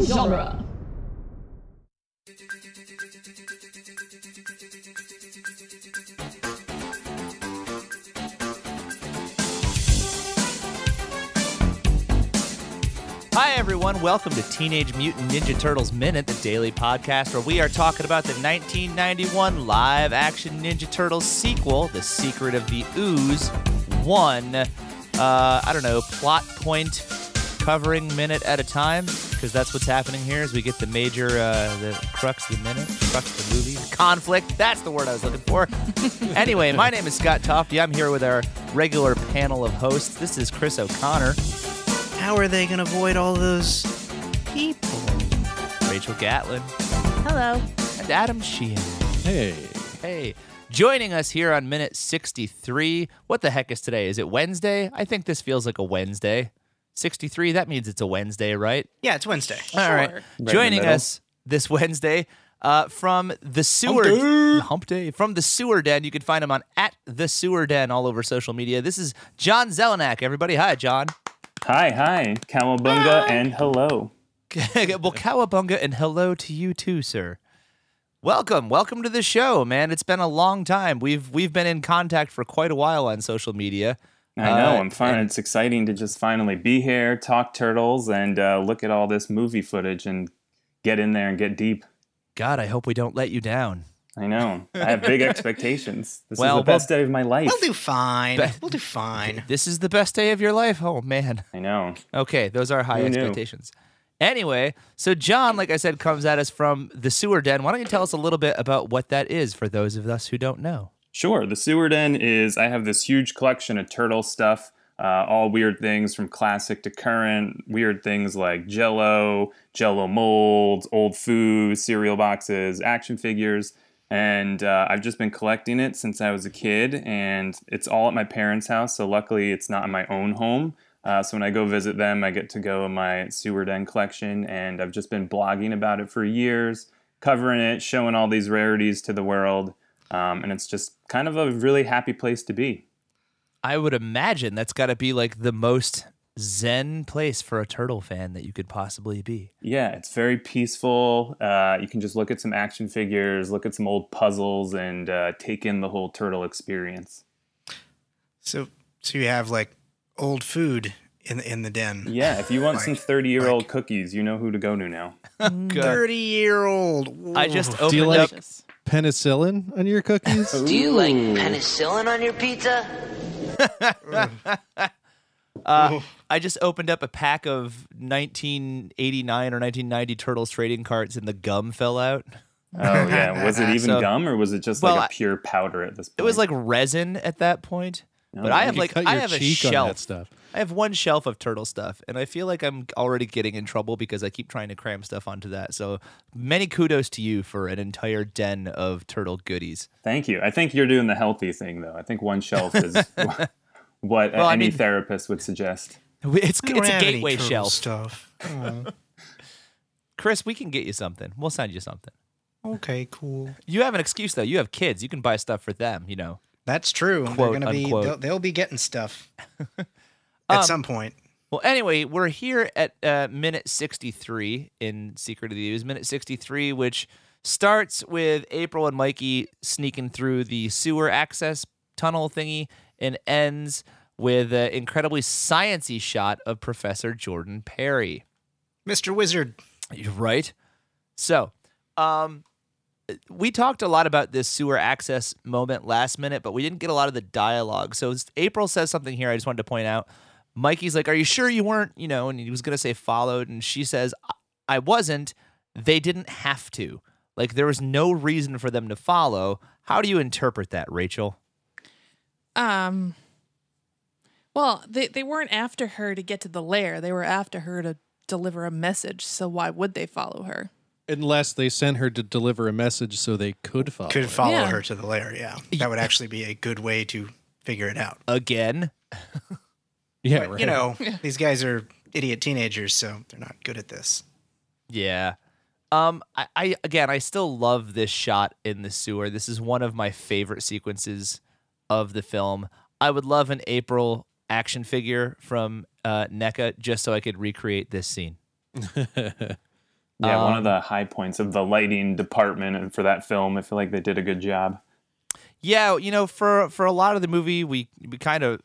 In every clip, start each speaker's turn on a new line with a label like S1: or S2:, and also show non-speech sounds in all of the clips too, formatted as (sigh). S1: genre.
S2: Hi, everyone. Welcome to Teenage Mutant Ninja Turtles Minute, the daily podcast where we are talking about the 1991 live action Ninja Turtles sequel, The Secret of the Ooze, one, uh, I don't know, plot point covering minute at a time, because that's what's happening here as we get the major, uh, the crux of the minute, crux of the movie, the conflict. That's the word I was looking for. anyway, my name is Scott Tofty. I'm here with our regular panel of hosts. This is Chris O'Connor.
S3: How are they going to avoid all those people?
S2: Rachel Gatlin,
S1: Hello.
S2: and Adam Sheehan.
S4: Hey.
S2: Hey, joining us here on minute 63. What the heck is today? Is it Wednesday? I think this feels like a Wednesday. 63, that means it's a Wednesday, right?
S3: Yeah, it's Wednesday.
S2: All right.
S1: Right
S4: in the
S2: joining
S4: middle.
S2: us this (laughs) Wednesday uh, from the sewer
S4: day.
S2: Hump day. From the sewer den. You can find him on at the sewer den all over social media. This is John Zelenak, everybody. Hi, John.
S5: Hi, hi, Cowabunga, and hello.
S2: (laughs) well, cowabunga and hello to you too, sir. Welcome, welcome to the show, man. It's been a long time. We've we've been in contact for quite a while on social media.
S5: I know
S2: Uh,
S5: I'm fine. It's exciting to just finally be here, talk turtles, and uh, look at all this movie footage and get in there and get deep.
S2: God, I hope we don't let you down.
S5: I know I
S2: (laughs)
S5: have big expectations. This
S2: Well,
S5: is the best day of my life.
S3: We'll do fine.
S2: Bet-
S3: We'll do fine.
S2: This is the best day of your life. Oh man. (laughs)
S5: I know.
S2: Okay, those are high
S5: Who knew?
S2: expectations. Anyway, so John, like I said, comes at us from the sewer den. Why don't you tell us a little bit about what that is for those of us who don't know?
S5: Sure. The Seward Den is, I have this huge collection of turtle stuff, uh, all weird things from classic to current, weird things like jello, jello molds, old food, cereal boxes, action figures. And uh, I've just been collecting it since I was a kid, and it's all at my parents' house. So luckily, it's not in my own home. Uh, so when I go visit them, I get to go in my Seward Den collection, and I've just been blogging about it for years, covering it, showing all these rarities to the world um, and it's just kind of a really happy place to be.
S2: I would imagine that's got to be like the most zen place for a turtle fan that you could possibly be.
S5: Yeah, it's very peaceful. Uh, you can just look at some action figures, look at some old puzzles, and uh, take in the whole turtle experience.
S3: So, so you have like old food in in the den.
S5: Yeah, if you want some
S3: Like-
S5: thirty-year-old cookies, you know who to go
S2: (laughs)
S5: to now.
S3: Thirty year old.
S2: I just opened
S4: Do you
S2: up.
S4: like penicillin on your cookies?
S3: Oh.
S6: Do you like penicillin on your pizza?
S2: I just opened up a pack of 1989 or 1990 turtles trading cards, and the gum fell out.
S5: Oh yeah, (laughs) was
S2: (laughs)
S5: it even
S2: So-
S5: gum or was it just
S2: Well, I-
S5: like a pure powder at this point?
S2: It was like resin at that point. But I have
S4: Oh, You
S2: like
S4: cut
S2: I
S4: your
S2: have a
S4: cheek on that
S2: shelf.
S4: stuff.
S2: I have one shelf of turtle stuff, and I feel like I'm already getting in trouble because I keep trying to cram stuff onto that. So many kudos to you for an entire den of turtle goodies. (laughs)
S5: Thank you. I think you're doing the healthy thing though. I think one shelf is
S2: (laughs)
S5: (laughs) what uh,
S2: I
S5: any
S2: mean-
S5: therapist would suggest.
S2: It's
S3: I don't
S2: it's a
S3: have any
S2: gateway
S3: turtle
S2: shelf. (laughs)
S3: Stuff. Oh,
S2: Chris, we can get you something. We'll send you something.
S3: okay, cool.
S2: You have an excuse though. You have kids. You can buy stuff for them. You know.
S3: That's true. They're
S2: Quote,
S3: gonna be.
S2: unquote. Um,
S3: They'll, they'll be
S2: (laughs)
S3: getting stuff at some point.
S2: Well, anyway, we're here at uh, minute 63 in Secret of the Ooze. Minute 63, which starts with April and Mikey sneaking through the sewer access tunnel thingy and ends with an incredibly sciency shot of Professor Jordan Perry.
S3: Mr. Wizard.
S2: You're (laughs) right. So, um, we talked a lot about this sewer access moment last minute, but we didn't get a lot of the dialogue. So s- April says something here. I just wanted to point out. Mikey's like, "Are you sure you weren't?" You know, and he was gonna say followed, and she says, "I- "I wasn't. They didn't have to. Like there was no reason for them to follow." How do you interpret that, Rachel?
S7: Um. Well, they they weren't after her to get to the lair. They were after her to deliver a message. So why would they follow her?
S4: Unless they sent her to deliver a message so they could follow.
S3: Could
S2: Oh,
S4: her.
S3: follow
S7: Yeah.
S3: her to the lair. Yeah, that would actually be a good way to figure it out.
S2: Again,
S4: yeah,
S3: But,
S4: right.
S3: you (laughs) know, these guys are idiot teenagers, so they're not good at this.
S2: Yeah. Um, I, I again I still love this shot in the sewer. This is one of my favorite sequences of the film. I would love an April action E figure from uh NECA just so I could recreate this scene.
S5: Yeah, one
S2: Um,
S5: of the high points of the lighting department and for that film. I feel like they did a good job.
S2: Yeah, you know, for for a lot of the movie, we we kind of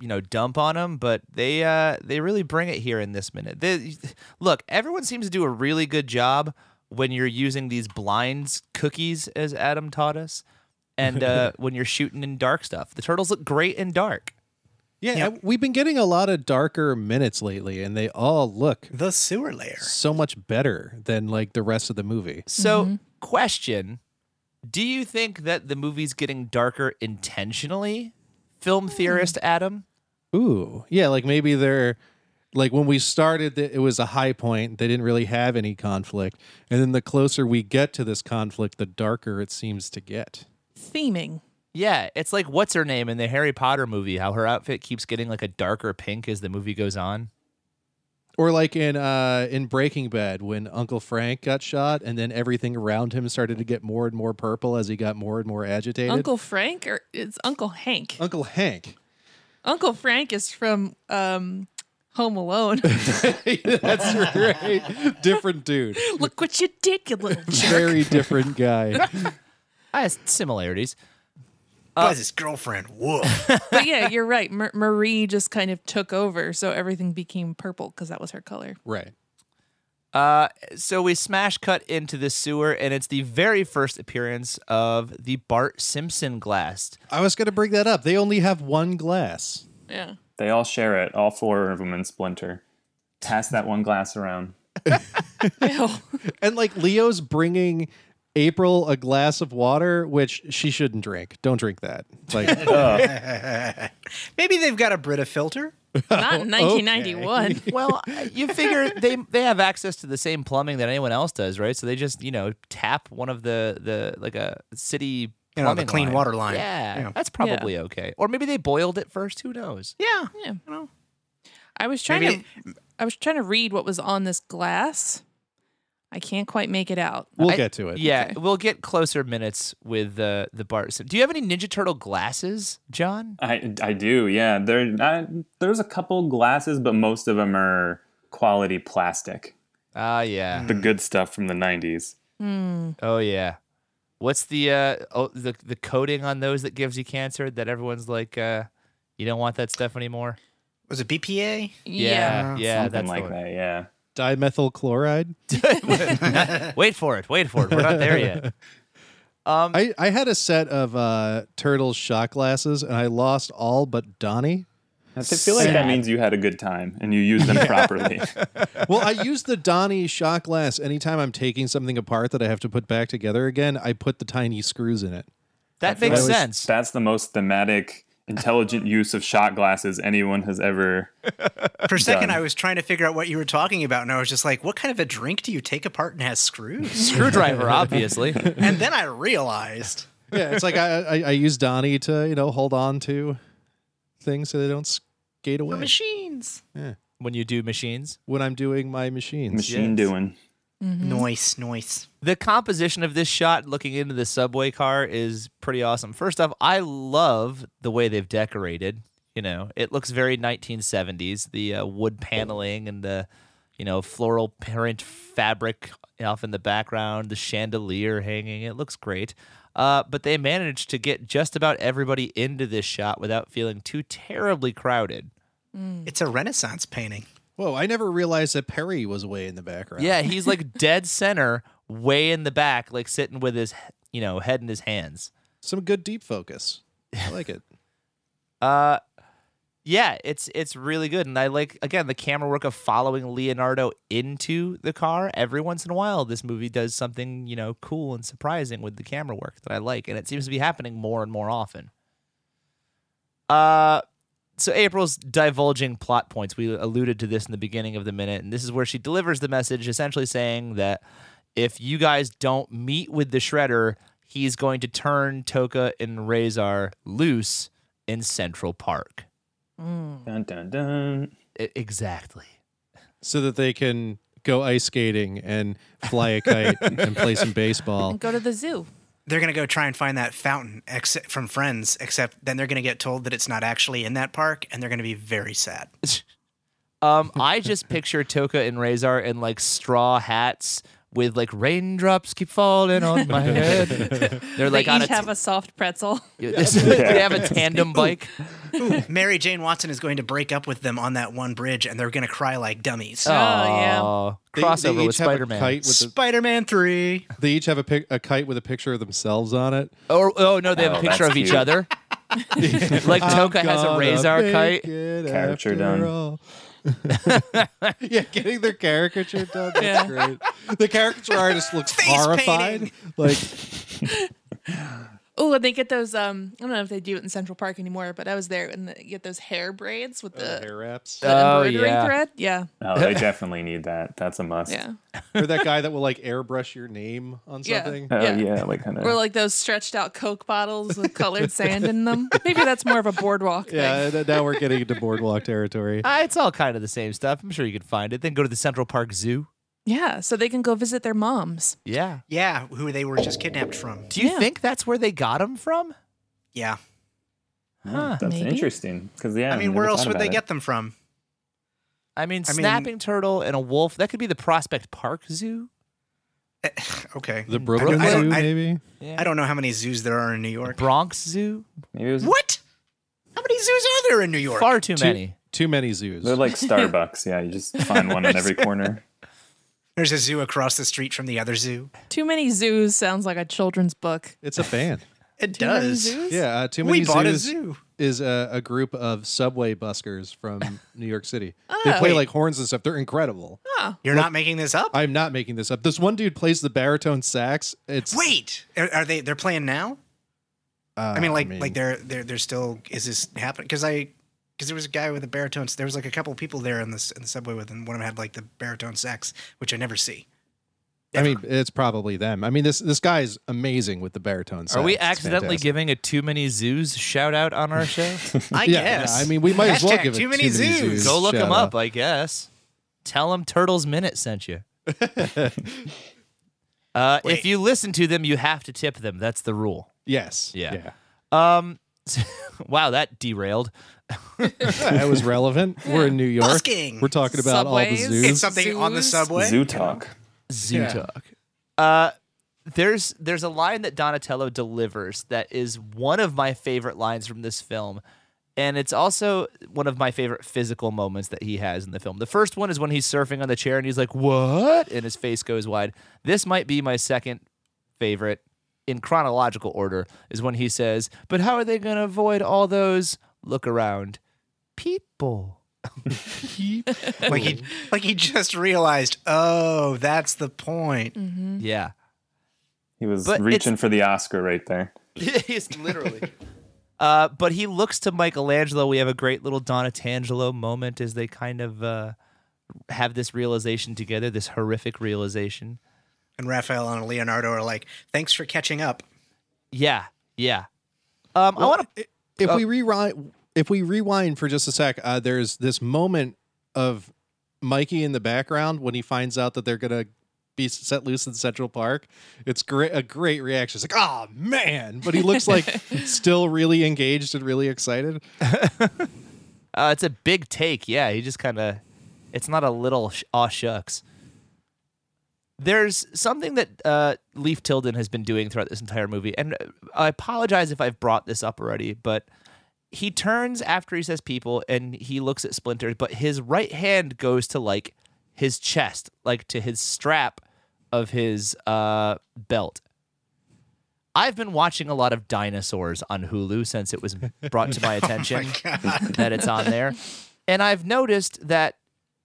S2: you know dump on them, but they uh they really bring it here in this minute. They, look, everyone seems to do a really good job when you're using these blinds cookies, as Adam taught us, and uh, when you're shooting in dark stuff. The turtles look great in dark.
S4: Yeah,
S3: Yeah.
S4: I- we've been getting a lot of darker minutes lately, and they all look
S3: The sewer layer.
S4: so much better than like the rest of the movie.
S2: So, question: Do you think that the movie's getting darker intentionally, film theorist Adam?
S4: Ooh, yeah, like maybe they're like when we started, the, it was a high point. They didn't really have any conflict, and then the closer we get to this conflict, the darker it seems to get.
S7: Theming.
S2: Yeah, it's like what's her name in the Harry Potter movie? How her outfit keeps getting like a darker pink as the movie goes on.
S4: Or like in uh in Breaking Bad when Uncle Frank got shot, and then everything around him started to get more and more purple as he got more and more agitated.
S7: Uncle Frank or it's Uncle Hank.
S4: Uncle Hank. (laughs)
S7: Uncle Frank is from um, Home Alone.
S4: That's right. Different dude.
S7: Look what you did, you little jerk.
S4: Very different guy.
S2: I has similarities.
S3: Buzz his girlfriend. Whoa.
S7: but yeah, you're right. Mar- Marie just kind of took over, so everything became purple because that was her color.
S4: Right.
S2: Uh, so we smash cut into the sewer, and it's the very first appearance of the Bart Simpson glass.
S4: I was going to bring that up. They only have one glass.
S7: (laughs) Yeah.
S5: They all share it, all four of them in Splinter. Pass that one glass around.
S4: And like Leo's bringing April a glass of water, which she shouldn't drink. Don't drink that. Like,
S3: (laughs) Maybe they've got a Brita filter.
S7: Not in 1991.
S2: Well, you figure they they have access to the same plumbing that anyone else does, right? So they just you know tap one of the the like a city.
S3: You know, the
S2: plumbing
S3: clean water line.
S2: Yeah,
S3: Yeah.
S2: that's probably okay. Or maybe they boiled it first. Who knows?
S3: Yeah.
S7: I was trying
S3: Maybe-
S7: to I was trying to read what was on this glass. I can't quite make it out.
S4: we'll
S2: I-
S4: get to it.
S2: Yeah, we'll get closer minutes with the the Bart. Sim- Do you have any Ninja Turtle glasses, John?
S5: I, I do, yeah. There, I, there's a couple glasses, but most of them are quality plastic.
S2: Ah, yeah.
S5: The good stuff from the 90s.
S7: Mm.
S2: Oh, yeah. What's the uh oh, the the coating on those that gives you cancer? That everyone's like, uh, you don't want that stuff anymore.
S3: Was it BPA? (laughs)
S2: Yeah, yeah,
S5: Something
S2: that's the
S5: like
S2: one.
S5: that, yeah.
S4: Dimethyl chloride.
S2: Wait for it. Wait for it. We're not there yet. (laughs)
S4: I, I had a set of uh, Turtles shot glasses and I lost all but Donnie.
S5: I feel like that means you had a good time and you used (laughs) them properly.
S4: Well, I use the Donnie shot glass anytime I'm taking something apart that I have to put back together again. I put the tiny screws in it.
S2: That makes
S5: That was-
S2: sense.
S5: That's the most thematic, intelligent use of shot glasses anyone has ever.
S3: For a second,
S5: Done.
S3: I was trying to figure out what you were talking about, and I was just like, what kind of a drink do you take apart and has screws? (laughs)
S2: Screwdriver, obviously. (laughs)
S3: and then I realized.
S4: Yeah, it's like I, I I use Donnie to you know hold on to things so they don't skate away
S3: Machines.
S2: when you do machines,
S4: when I'm doing my machines.
S5: Machine
S2: Yes.
S5: doing.
S3: Mm-hmm. Noise, noise.
S2: the composition of this shot looking into the subway car is pretty awesome. First off, I love the way they've decorated. You know, it looks very 1970s. The uh, wood paneling and the, you know, floral parent fabric off in the background, the chandelier hanging. It looks great. Uh, but they managed to get just about everybody into this shot without feeling too terribly crowded.
S3: It's a Renaissance painting.
S4: Whoa, I never realized that Perry was way in the background.
S2: Yeah, he's like dead center, way in the back, like sitting with his, you know, head in his hands.
S4: some good deep focus. I like it.
S2: Uh yeah, it's it's really good, and I like again the camera work of following Leonardo into the car. Every once in a while, this movie does something you know cool and surprising with the camera work that I like, and it seems to be happening more and more often. Uh, so April's divulging plot points. We alluded to this in the beginning of the minute, and this is where she delivers the message, essentially saying that if you guys don't meet with the Shredder, he's going to turn Toka and Razor loose in Central Park.
S7: Hmm.
S5: Dun, dun, dun.
S2: I- E, exactly.
S4: (laughs) So that they can go ice skating and fly a kite and play some baseball.
S7: And go to the zoo.
S3: They're going to go try and find that fountain ex- from Friends, except then they're going to get told that it's not actually in that park, and they're going to be very (laughs) sad.
S2: (laughs) Um, I just picture Toka and Razor in like straw hats with like raindrops keep falling on (laughs) my head. They're like
S7: they
S2: on a,
S7: each
S2: t- (laughs)
S7: have a soft pretzel. (laughs)
S2: they have a tandem bike.
S3: Ooh, Mary Jane Watson is going to break up with them on that one bridge, and they're going to cry like dummies.
S7: yeah.
S2: Aw,
S4: They- they
S2: crossover with
S4: each have a
S2: Spider Man.
S4: kite with the-
S3: Spider-Man Three.
S4: They each have a, pic- a kite with a picture of themselves on it.
S2: Or oh no, they have
S5: Oh,
S2: a picture
S5: that's
S2: of each
S5: cute.
S2: other. like
S4: (laughs)
S2: Toka
S4: I'm
S2: has a
S4: gonna
S2: Razor
S4: Oh, make
S2: kite.
S4: it
S5: Caricature
S4: after
S5: done.
S4: all. (laughs) yeah, getting their caricature done. That's
S7: Yeah.
S4: great. The caricature artist looks
S3: Face
S4: horrified.
S3: painting.
S4: Like
S7: Oh, and they get those. Um, I don't know if they do it in Central Park anymore, but I was there and they get those hair braids with the,
S4: hair wraps.
S7: the
S2: Oh,
S7: embroidery
S2: yeah.
S7: thread. Yeah,
S5: Oh, they definitely need that. That's a must.
S7: yeah.
S4: or that guy that will like airbrush your name on
S7: Yeah.
S4: something.
S5: Oh
S7: Yeah.
S5: yeah, like kind of.
S7: Or like those stretched out Coke bottles with colored sand in them. Maybe that's more of a boardwalk
S4: Yeah,
S7: thing.
S4: th- now we're getting into boardwalk
S2: (laughs)
S4: territory.
S2: Uh, it's all kind of the same stuff. I'm sure you could find it. Then go to the Central Park Zoo.
S7: Yeah, so they can go visit their moms.
S2: Yeah.
S3: Yeah, who they were just kidnapped from.
S2: Do you
S7: Yeah.
S2: think that's where they got him from?
S3: Yeah,
S2: Huh.
S5: that's
S7: Maybe.
S5: interesting. Because yeah,
S3: I mean,
S5: never
S3: where
S5: thought
S3: else would
S5: about
S3: they
S5: it.
S3: get them from? (sighs)
S2: I mean,
S3: I mean-
S2: snapping turtle and a wolf. That could be the Prospect Park Zoo.
S3: Eh, okay,
S4: The
S3: I
S4: Brooklyn
S3: don't- I
S4: Zoo,
S3: don't- I-
S4: maybe.
S2: Yeah.
S3: I don't know how many zoos there are in New York.
S2: Bronx Zoo.
S5: Maybe it was,
S3: What? How many zoos are there in New York?
S2: Far too
S4: Too-
S2: many.
S4: Too many zoos.
S5: They're like
S7: (laughs)
S5: Starbucks. Yeah, you just find one in
S3: (laughs)
S5: every corner.
S3: There's a zoo across the street from the other zoo.
S7: Too many zoos sounds like a children's book.
S4: it's a band.
S3: It
S7: Too many zoos?
S4: Yeah, uh, too many
S3: We bought a
S4: zoos
S3: zoo.
S4: is a, a group of subway buskers
S3: (laughs)
S4: from New York City. They play
S3: Oh. Wait.
S4: like horns and stuff. They're incredible.
S3: You're not making this up.
S4: I'm not making this up. This one dude plays the baritone sax. It's
S3: Wait, are, are they? They're playing now.
S4: uh,
S3: I mean, like, like they're they're they're still. Is this happening? Because I, because there was a guy with a baritone. There was like a couple people there in the in the subway with, and one of them had like the baritone sax, which I never see.
S4: I mean, it's probably them. I mean, this this guy is amazing with the baritone sax.
S2: Are we
S4: It's
S2: accidentally
S4: fantastic.
S2: giving a too many zoos shout out on our show?
S3: I
S4: Yeah,
S3: guess.
S4: I mean, we might as well
S3: Hashtag
S4: give it
S3: too many
S4: too many
S3: zoos.
S4: zoos.
S2: Go look
S4: Shout
S2: them up,
S4: out.
S2: I guess. Tell them Turtles Minute sent you. uh, if
S3: Wait.
S2: you listen to them, you have to tip them. That's the rule.
S4: Yes.
S2: Yeah. Um, wow, that derailed.
S4: that was relevant.
S3: (laughs)
S4: We're in New York.
S3: Busking.
S4: We're talking about all
S7: Subways.
S4: the zoos.
S3: It's something on the
S7: Zoos?
S3: subway.
S5: Zoo talk.
S2: Zoo
S4: Yeah.
S2: talk. Uh, there's there's a line that Donatello delivers that is one of my favorite lines from this film, and it's also one of my favorite physical moments that he has in the film. The first one is when he's surfing on the chair and he's like, "What?" and his face goes wide. This might be my second favorite in chronological order is when he says, "But how are they going to avoid all those look around people?"
S3: Like he, like he just realized. Oh, that's the point.
S2: Mm. Yeah.
S5: He was
S2: But it's-
S5: reaching for the Oscar right there.
S2: (laughs) He's literally. Uh, but he looks to Michelangelo. We have a great little Donatangelo moment as they kind of uh, have this realization together, this horrific realization.
S3: And Raphael and Leonardo are like, "Thanks for catching up."
S2: Yeah, yeah. Um, I want to.
S4: if we rewind if we rewind for just a sec uh, there's this moment of mikey in the background when he finds out that they're gonna be set loose in central park it's great a great reaction it's like oh man but he looks like still really engaged and really excited
S2: Uh, it's a big take. Yeah, he just kind of. It's not a little sh- aw shucks. There's something that uh, Leaf Tilden has been doing throughout this entire movie, and uh, I apologize if I've brought this up already, but he turns after he says people, and he looks at Splinter, but his right hand goes to like his chest, like to his strap of his uh, belt. I've been watching a lot of dinosaurs on Hulu since it was brought
S3: (laughs) Oh
S2: to my attention that it's on there. And I've noticed that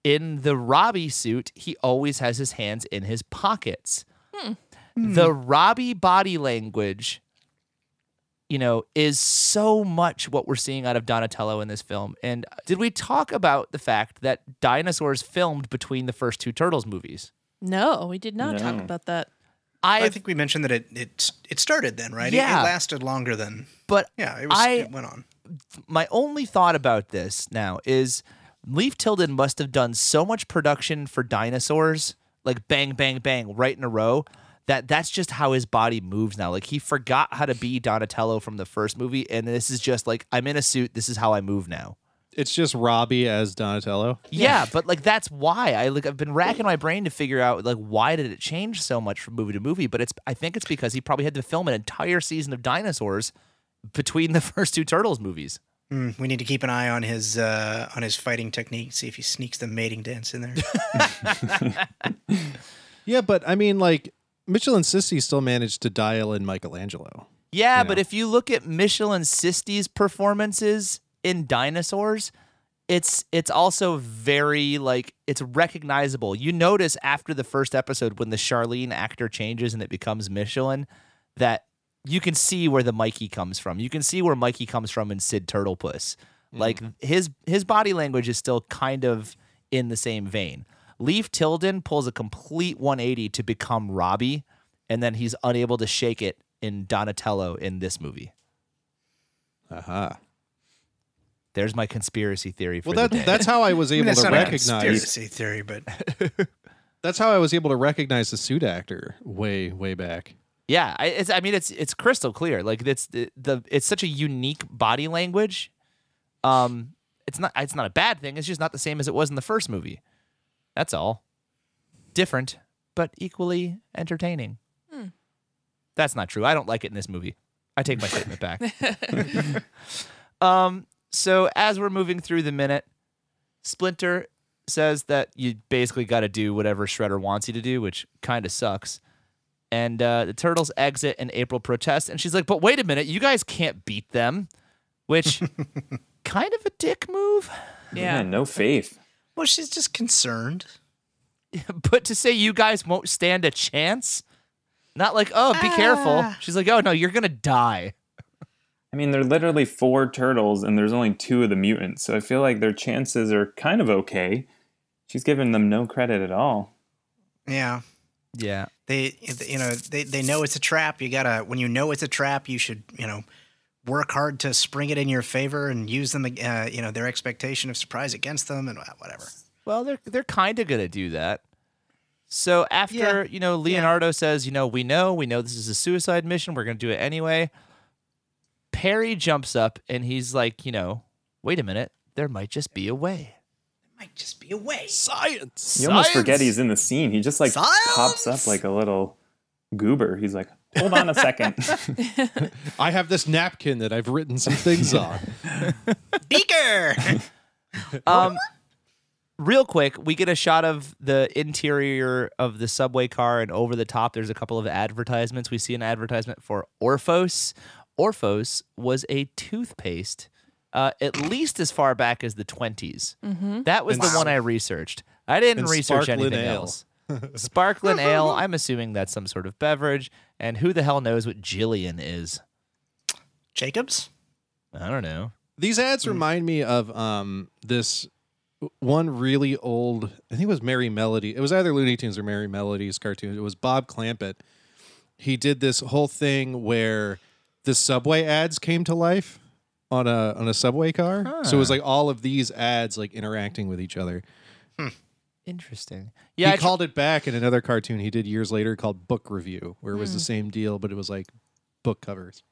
S2: in the Robbie suit, he always has his hands in his pockets. The Robbie body language, you know, is so much what we're seeing out of Donatello in this film. And did we talk about the fact that dinosaurs filmed between the first two Turtles movies?
S7: No, we did not talk
S5: No.
S7: about that.
S3: I
S2: I've
S3: think we mentioned that it it it started then, right? It- It,
S2: Yeah.
S3: lasted longer than
S2: but
S3: yeah. It was
S2: I-
S3: it went on.
S2: my only thought about this now is Leaf Tilden must have done so much production for dinosaurs, like bang, bang, bang, right in a row, that that's just how his body moves now. Like he forgot how to be Donatello from the first movie, and this is just like I'm in a suit. This is how I move now.
S4: It's just Robbie as Donatello.
S2: Yeah, but like that's why I like I've been racking my brain to figure out like why did it change so much from movie to movie? But it's I think it's because he probably had to film an entire season of dinosaurs between the (laughs) first two Turtles movies.
S3: Mm, we need to keep an eye on his uh, on his fighting technique. See if he sneaks the mating dance
S4: (laughs)
S3: in there.
S4: Yeah, but I mean, like Mitchell and Sissy still managed to dial in Michelangelo.
S2: Yeah, but if you look at Michel and Sisti's performances in Dinosaurs, it's it's also very like it's recognizable. You notice after the first episode when the Charlene actor changes and it becomes Michelin that you can see where the Mikey comes from. You can see where Mikey comes from in Sid Turtlepuss.
S4: Mm-hmm.
S2: Like his his body language is still kind of in the same vein. Leaf Tilden pulls a complete 180 to become Robbie, and then he's unable to shake it in Donatello in this movie.
S4: Aha.
S2: There's my conspiracy theory for the
S4: Well, that
S2: day.
S4: that's how I was
S3: I mean,
S4: able
S3: that's
S4: to
S3: not
S4: recognize.
S3: a conspiracy theory, but
S4: That's how I was able to recognize the suit actor way way back.
S2: yeah. I, it's, I mean, it's it's crystal clear. Like it's the, the it's such a unique body language. Um, it's not it's not a bad thing. It's just not the same as it was in the first movie. That's all. Different, but equally entertaining. That's not true. I don't like it in this movie. I take my statement back. (laughs) Um, so as we're moving through the minute, Splinter says that you basically got to do whatever Shredder wants you to do, which kind of sucks. And uh, the turtles exit, and April protests, and she's like, "But wait a minute, you guys can't beat them," which kind of a dick move. (laughs)
S5: Yeah, no faith.
S3: well, she's just concerned.
S2: but to say you guys won't stand a chance, not like, "Oh, be careful." She's like, "Oh no, you're gonna die."
S5: I mean, they're literally four turtles, and there's only two of the mutants, so I feel like their chances are kind of okay. She's giving them no credit at all.
S3: Yeah,
S2: Yeah,
S3: they you know they they know it's a trap. You gotta when you know it's a trap, you should you know work hard to spring it in your favor and use them uh, you know their expectation of surprise against them and uh, whatever.
S2: Well, they're they're kind of gonna do that. So after you know Leonardo says, you know, we know, we know this is a suicide mission. We're gonna do it anyway. Perry jumps up and he's like, you know, wait a minute, there might just be a way.
S3: Might just be a way.
S4: Science.
S5: You almost forget he's in the scene. He just like pops
S3: Science!
S5: up like a little goober. He's like, hold on
S3: (laughs)
S5: a second.
S4: I have this napkin that I've written
S5: (laughs)
S4: some things on.
S3: (laughs) Beaker.
S2: Um, real quick, we get a shot of the interior of the subway car, and over the top, there's a couple of advertisements. We see an advertisement for Orphos. Orphos was a toothpaste, uh, at least as far back as the 20s. That was
S4: And
S2: the
S4: s-
S2: one I researched. I didn't
S4: and
S2: research
S4: sparkling
S2: anything
S4: ale. (laughs)
S2: else. Sparkling ale, I'm assuming that's some sort of beverage, and who the hell knows what Jillian is?
S3: Jacobs.
S2: I don't know.
S4: These ads
S5: Hmm.
S4: remind me of um this one really old. I think it was Merry Melody. It was either Looney Tunes or Merry Melody's cartoon. It was Bob Clampett. He did this whole thing where the subway ads came to life on a on a subway car. So it was like all of these ads like interacting with each other.
S2: Interesting. Yeah,
S4: he
S2: I tr-
S4: called it back in another cartoon he did years later called Book Review, where it was the
S2: Hmm.
S4: same deal, but it was like book covers.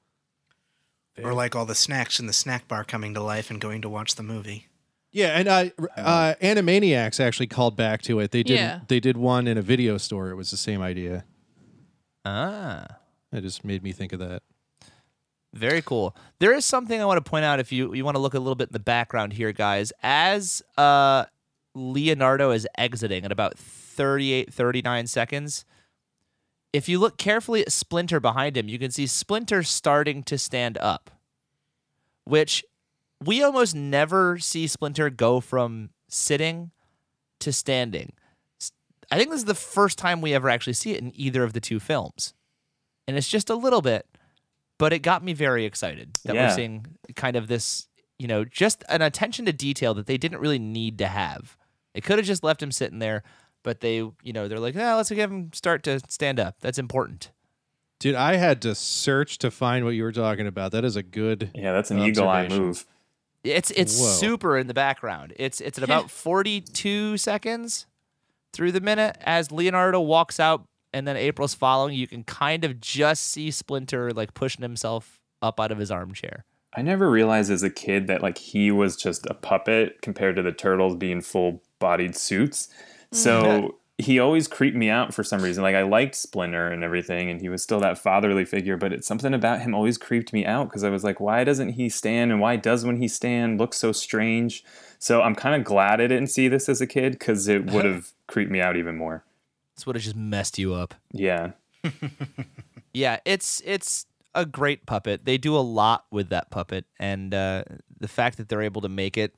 S3: Or like all the snacks in the snack bar coming to life and going to watch the movie.
S4: Yeah, and uh, uh, Animaniacs actually called back to it. They did
S7: Yeah.
S4: they did one in a video store. It was the same idea.
S2: ah.
S4: It just made me think of that.
S2: Very cool. There is something I want to point out if you you want to look a little bit in the background here, guys. As uh Leonardo is exiting at about 38 39 seconds, if you look carefully at Splinter behind him, you can see Splinter starting to stand up. Which we almost never see Splinter go from sitting to standing. S- I think this is the first time we ever actually see it in either of the two films. And it's just a little bit, but it got me very excited that we're
S5: Yeah.
S2: seeing kind of this, you know, just an attention to detail that they didn't really need to have. They could have just left him sitting there, but they, you know, they're like, "Yeah, let's have him start to stand up. That's important."
S4: Dude, I had to search to find what you were talking about. That is a good.
S5: yeah, that's an eagle eye
S4: Observation.
S5: move.
S2: It's it's
S4: Whoa.
S2: super in the background. It's it's at about 42 seconds through the minute as Leonardo walks out and then April's following. You can kind of just see Splinter like pushing himself up out of his armchair.
S5: I never realized as a kid that like he was just a puppet compared to the turtles being full bodied suits. So he always creeped me out for some reason. Like I liked Splinter and everything, and he was still that fatherly figure, but it's something about him always creeped me out because I was like, why doesn't he stand and why does when he stand look so strange? So I'm kind of glad I didn't see this as a kid because it would have creeped me out even more.
S2: This would have just messed you up.
S5: Yeah.
S2: Yeah, it's it's a great puppet. They do a lot with that puppet, and uh, the fact that they're able to make it,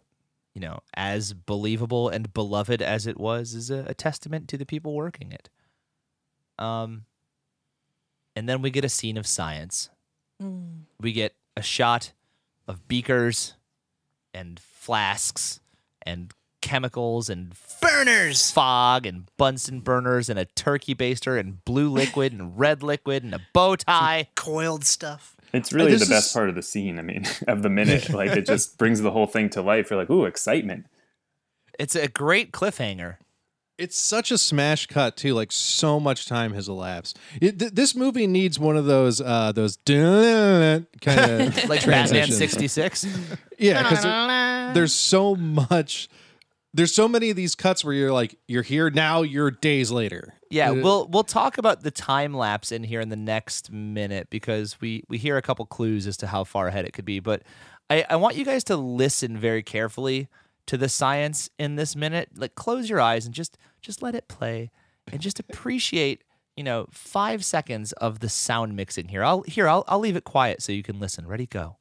S2: you know, as believable and beloved as it was, is a, a testament to the people working it. Um, and then we get a scene of science.
S7: Mm.
S2: we get a shot of beakers and flasks and chemicals and
S3: Burners.
S2: fog and Bunsen burners and a turkey baster and blue liquid and red liquid and a bow tie.
S3: Coiled stuff.
S5: It's really the
S4: this
S5: best
S4: is-
S5: part of the scene. I mean, (laughs) of the minute, like it just brings the whole thing to life. You're like, ooh, excitement.
S2: It's a great cliffhanger.
S4: It's such a smash cut too. Like so much time has elapsed. It, th- this movie needs one of those uh those (laughs) kind of
S2: Like Batman 66.
S4: Yeah, because there's so much. There's so many of these cuts where you're like, you're here now, you're days later.
S2: Yeah,
S4: Uh,
S2: we'll we'll talk about the time lapse in here in the next minute because we we hear a couple clues as to how far ahead it could be. But I, I want you guys to listen very carefully to the science in this minute. Like close your eyes and just just let it play and just appreciate, you know, five seconds of the sound mixing here. I'll here, I'll I'll leave it quiet so you can listen. Ready, go.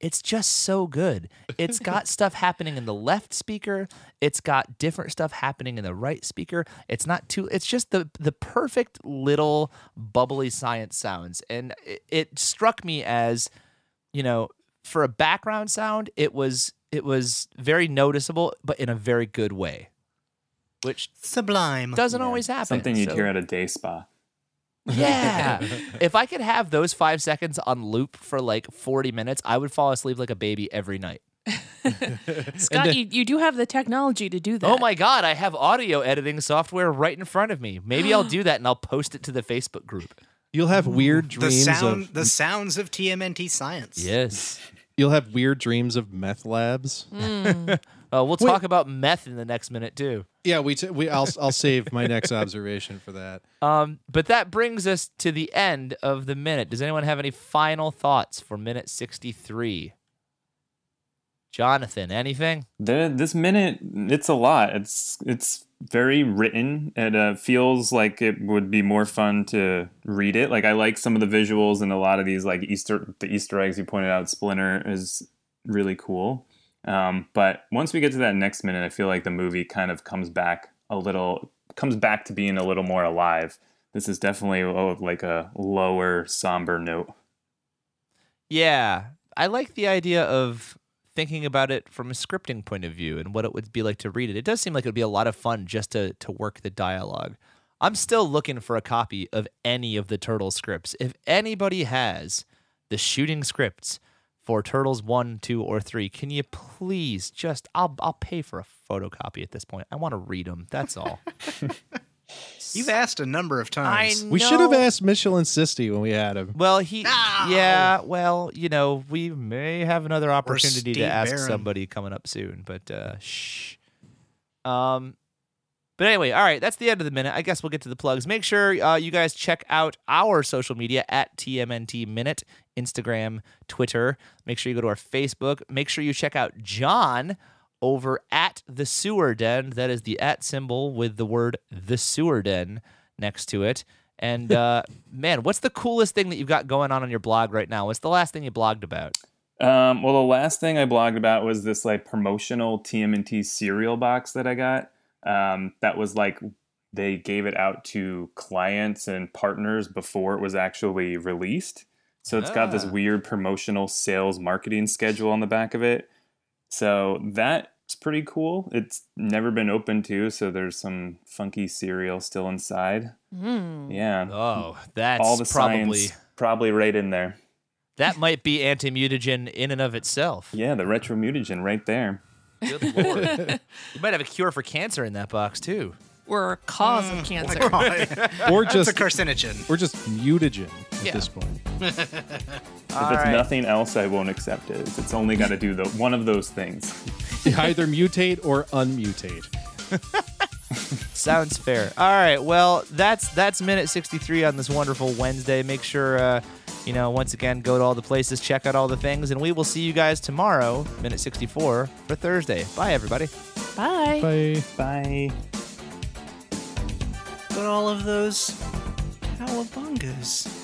S2: it's just so good. It's
S5: (laughs)
S2: got stuff happening in the left speaker. It's got different stuff happening in the right speaker. It's not too. It's just the the perfect little bubbly science sounds, and it, it struck me as, you know, for a background sound, it was it was very noticeable, but in a very good way, which
S3: Sublime.
S2: doesn't
S5: Yeah,
S2: always happen.
S5: Something you'd
S2: so- (laughs)
S5: hear at a day spa. (laughs)
S2: yeah. if I could have those five seconds on loop for like 40 minutes, I would fall asleep like a baby every night.
S7: Scott,
S4: uh,
S7: you, you do have the technology to do that.
S2: Oh my God, I have audio editing software right in front of me. Maybe I'll do that and I'll post it to the Facebook group.
S4: You'll have weird
S3: The
S4: dreams
S3: sound.
S4: of
S3: the sounds of TMNT science.
S2: Yes.
S4: you'll have weird dreams of meth labs.
S2: Uh, we'll talk about meth in the next minute too.
S4: Yeah, we t- we I'll I'll save my next observation for that.
S2: Um, but that brings us to the end of the minute. Does anyone have any final thoughts for minute 63? Jonathan, anything?
S5: The, this minute, it's a lot. It's it's very written. It uh, feels like it would be more fun to read it. Like I like some of the visuals and a lot of these like Easter the Easter eggs you pointed out. Splinter is really cool. Um, but once we get to that next minute, I feel like the movie kind of comes back a little, comes back to being a little more alive. This is definitely oh, like a lower somber note.
S2: Yeah. I like the idea of thinking about it from a scripting point of view and what it would be like to read it. It does seem like it would be a lot of fun just to to work the dialogue. I'm still looking for a copy of any of the turtle scripts. If anybody has the shooting scripts for Turtles 1, 2 or 3, can you please just I'll I'll pay for a photocopy at this point. I want to read them. That's all.
S3: You've asked a number of
S7: I
S3: times.
S4: We should have
S7: know.
S4: asked Michelin Sisti when we
S2: (laughs)
S4: had him.
S2: Well, he, yeah, well, you know, we may have another opportunity to
S3: Steve
S2: ask
S3: Barron.
S2: somebody coming up soon, but uh, shh. Um, but anyway, all right, that's the end of the minute. I guess we'll get to the plugs. Make sure uh, you guys check out our social media at TMNT Minute, Instagram, Twitter. Make sure you go to our Facebook. Make sure you check out John over at the Sewer Den. That is the at symbol with the word the Sewer Den next to it. And uh, (laughs) man, what's the coolest thing that you've got going on on your blog right now? What's the last thing you blogged about?
S5: Um, well, the last thing I blogged about was this like promotional TMNT cereal box that I got. Um, that was like they gave it out to clients and partners before it was actually released. So it's got this
S2: Ah.
S5: weird promotional sales marketing schedule on the back of it. So that's pretty cool. It's never been open to, so there's some funky cereal still inside.
S7: Mm.
S5: Yeah.
S2: Oh, that's
S5: All the
S2: probably
S5: science probably right in there.
S2: that might be anti-mutagen in and of itself.
S5: Yeah, the retro mutagen right there.
S2: Good lord.
S5: (laughs)
S2: you might have a cure for cancer in that box too.
S3: Mm. (laughs)
S7: We're a cause of cancer.
S3: It's
S4: Or
S3: a
S4: just
S3: carcinogen.
S4: or just mutagen.
S7: Yeah.
S4: at this point.
S5: If it's nothing else, I won't accept it. It's only got to do the, one of those things.
S4: Either mutate or unmutate.
S2: Sounds fair. All right. Well, that's that's minute 63 on this wonderful Wednesday. Make sure uh, you know, once again, go to all the places, check out all the things, and we will see you guys tomorrow, minute 64 for Thursday. Bye everybody.
S7: Bye.
S4: Bye.
S5: Bye.
S3: But all of those cowabungas.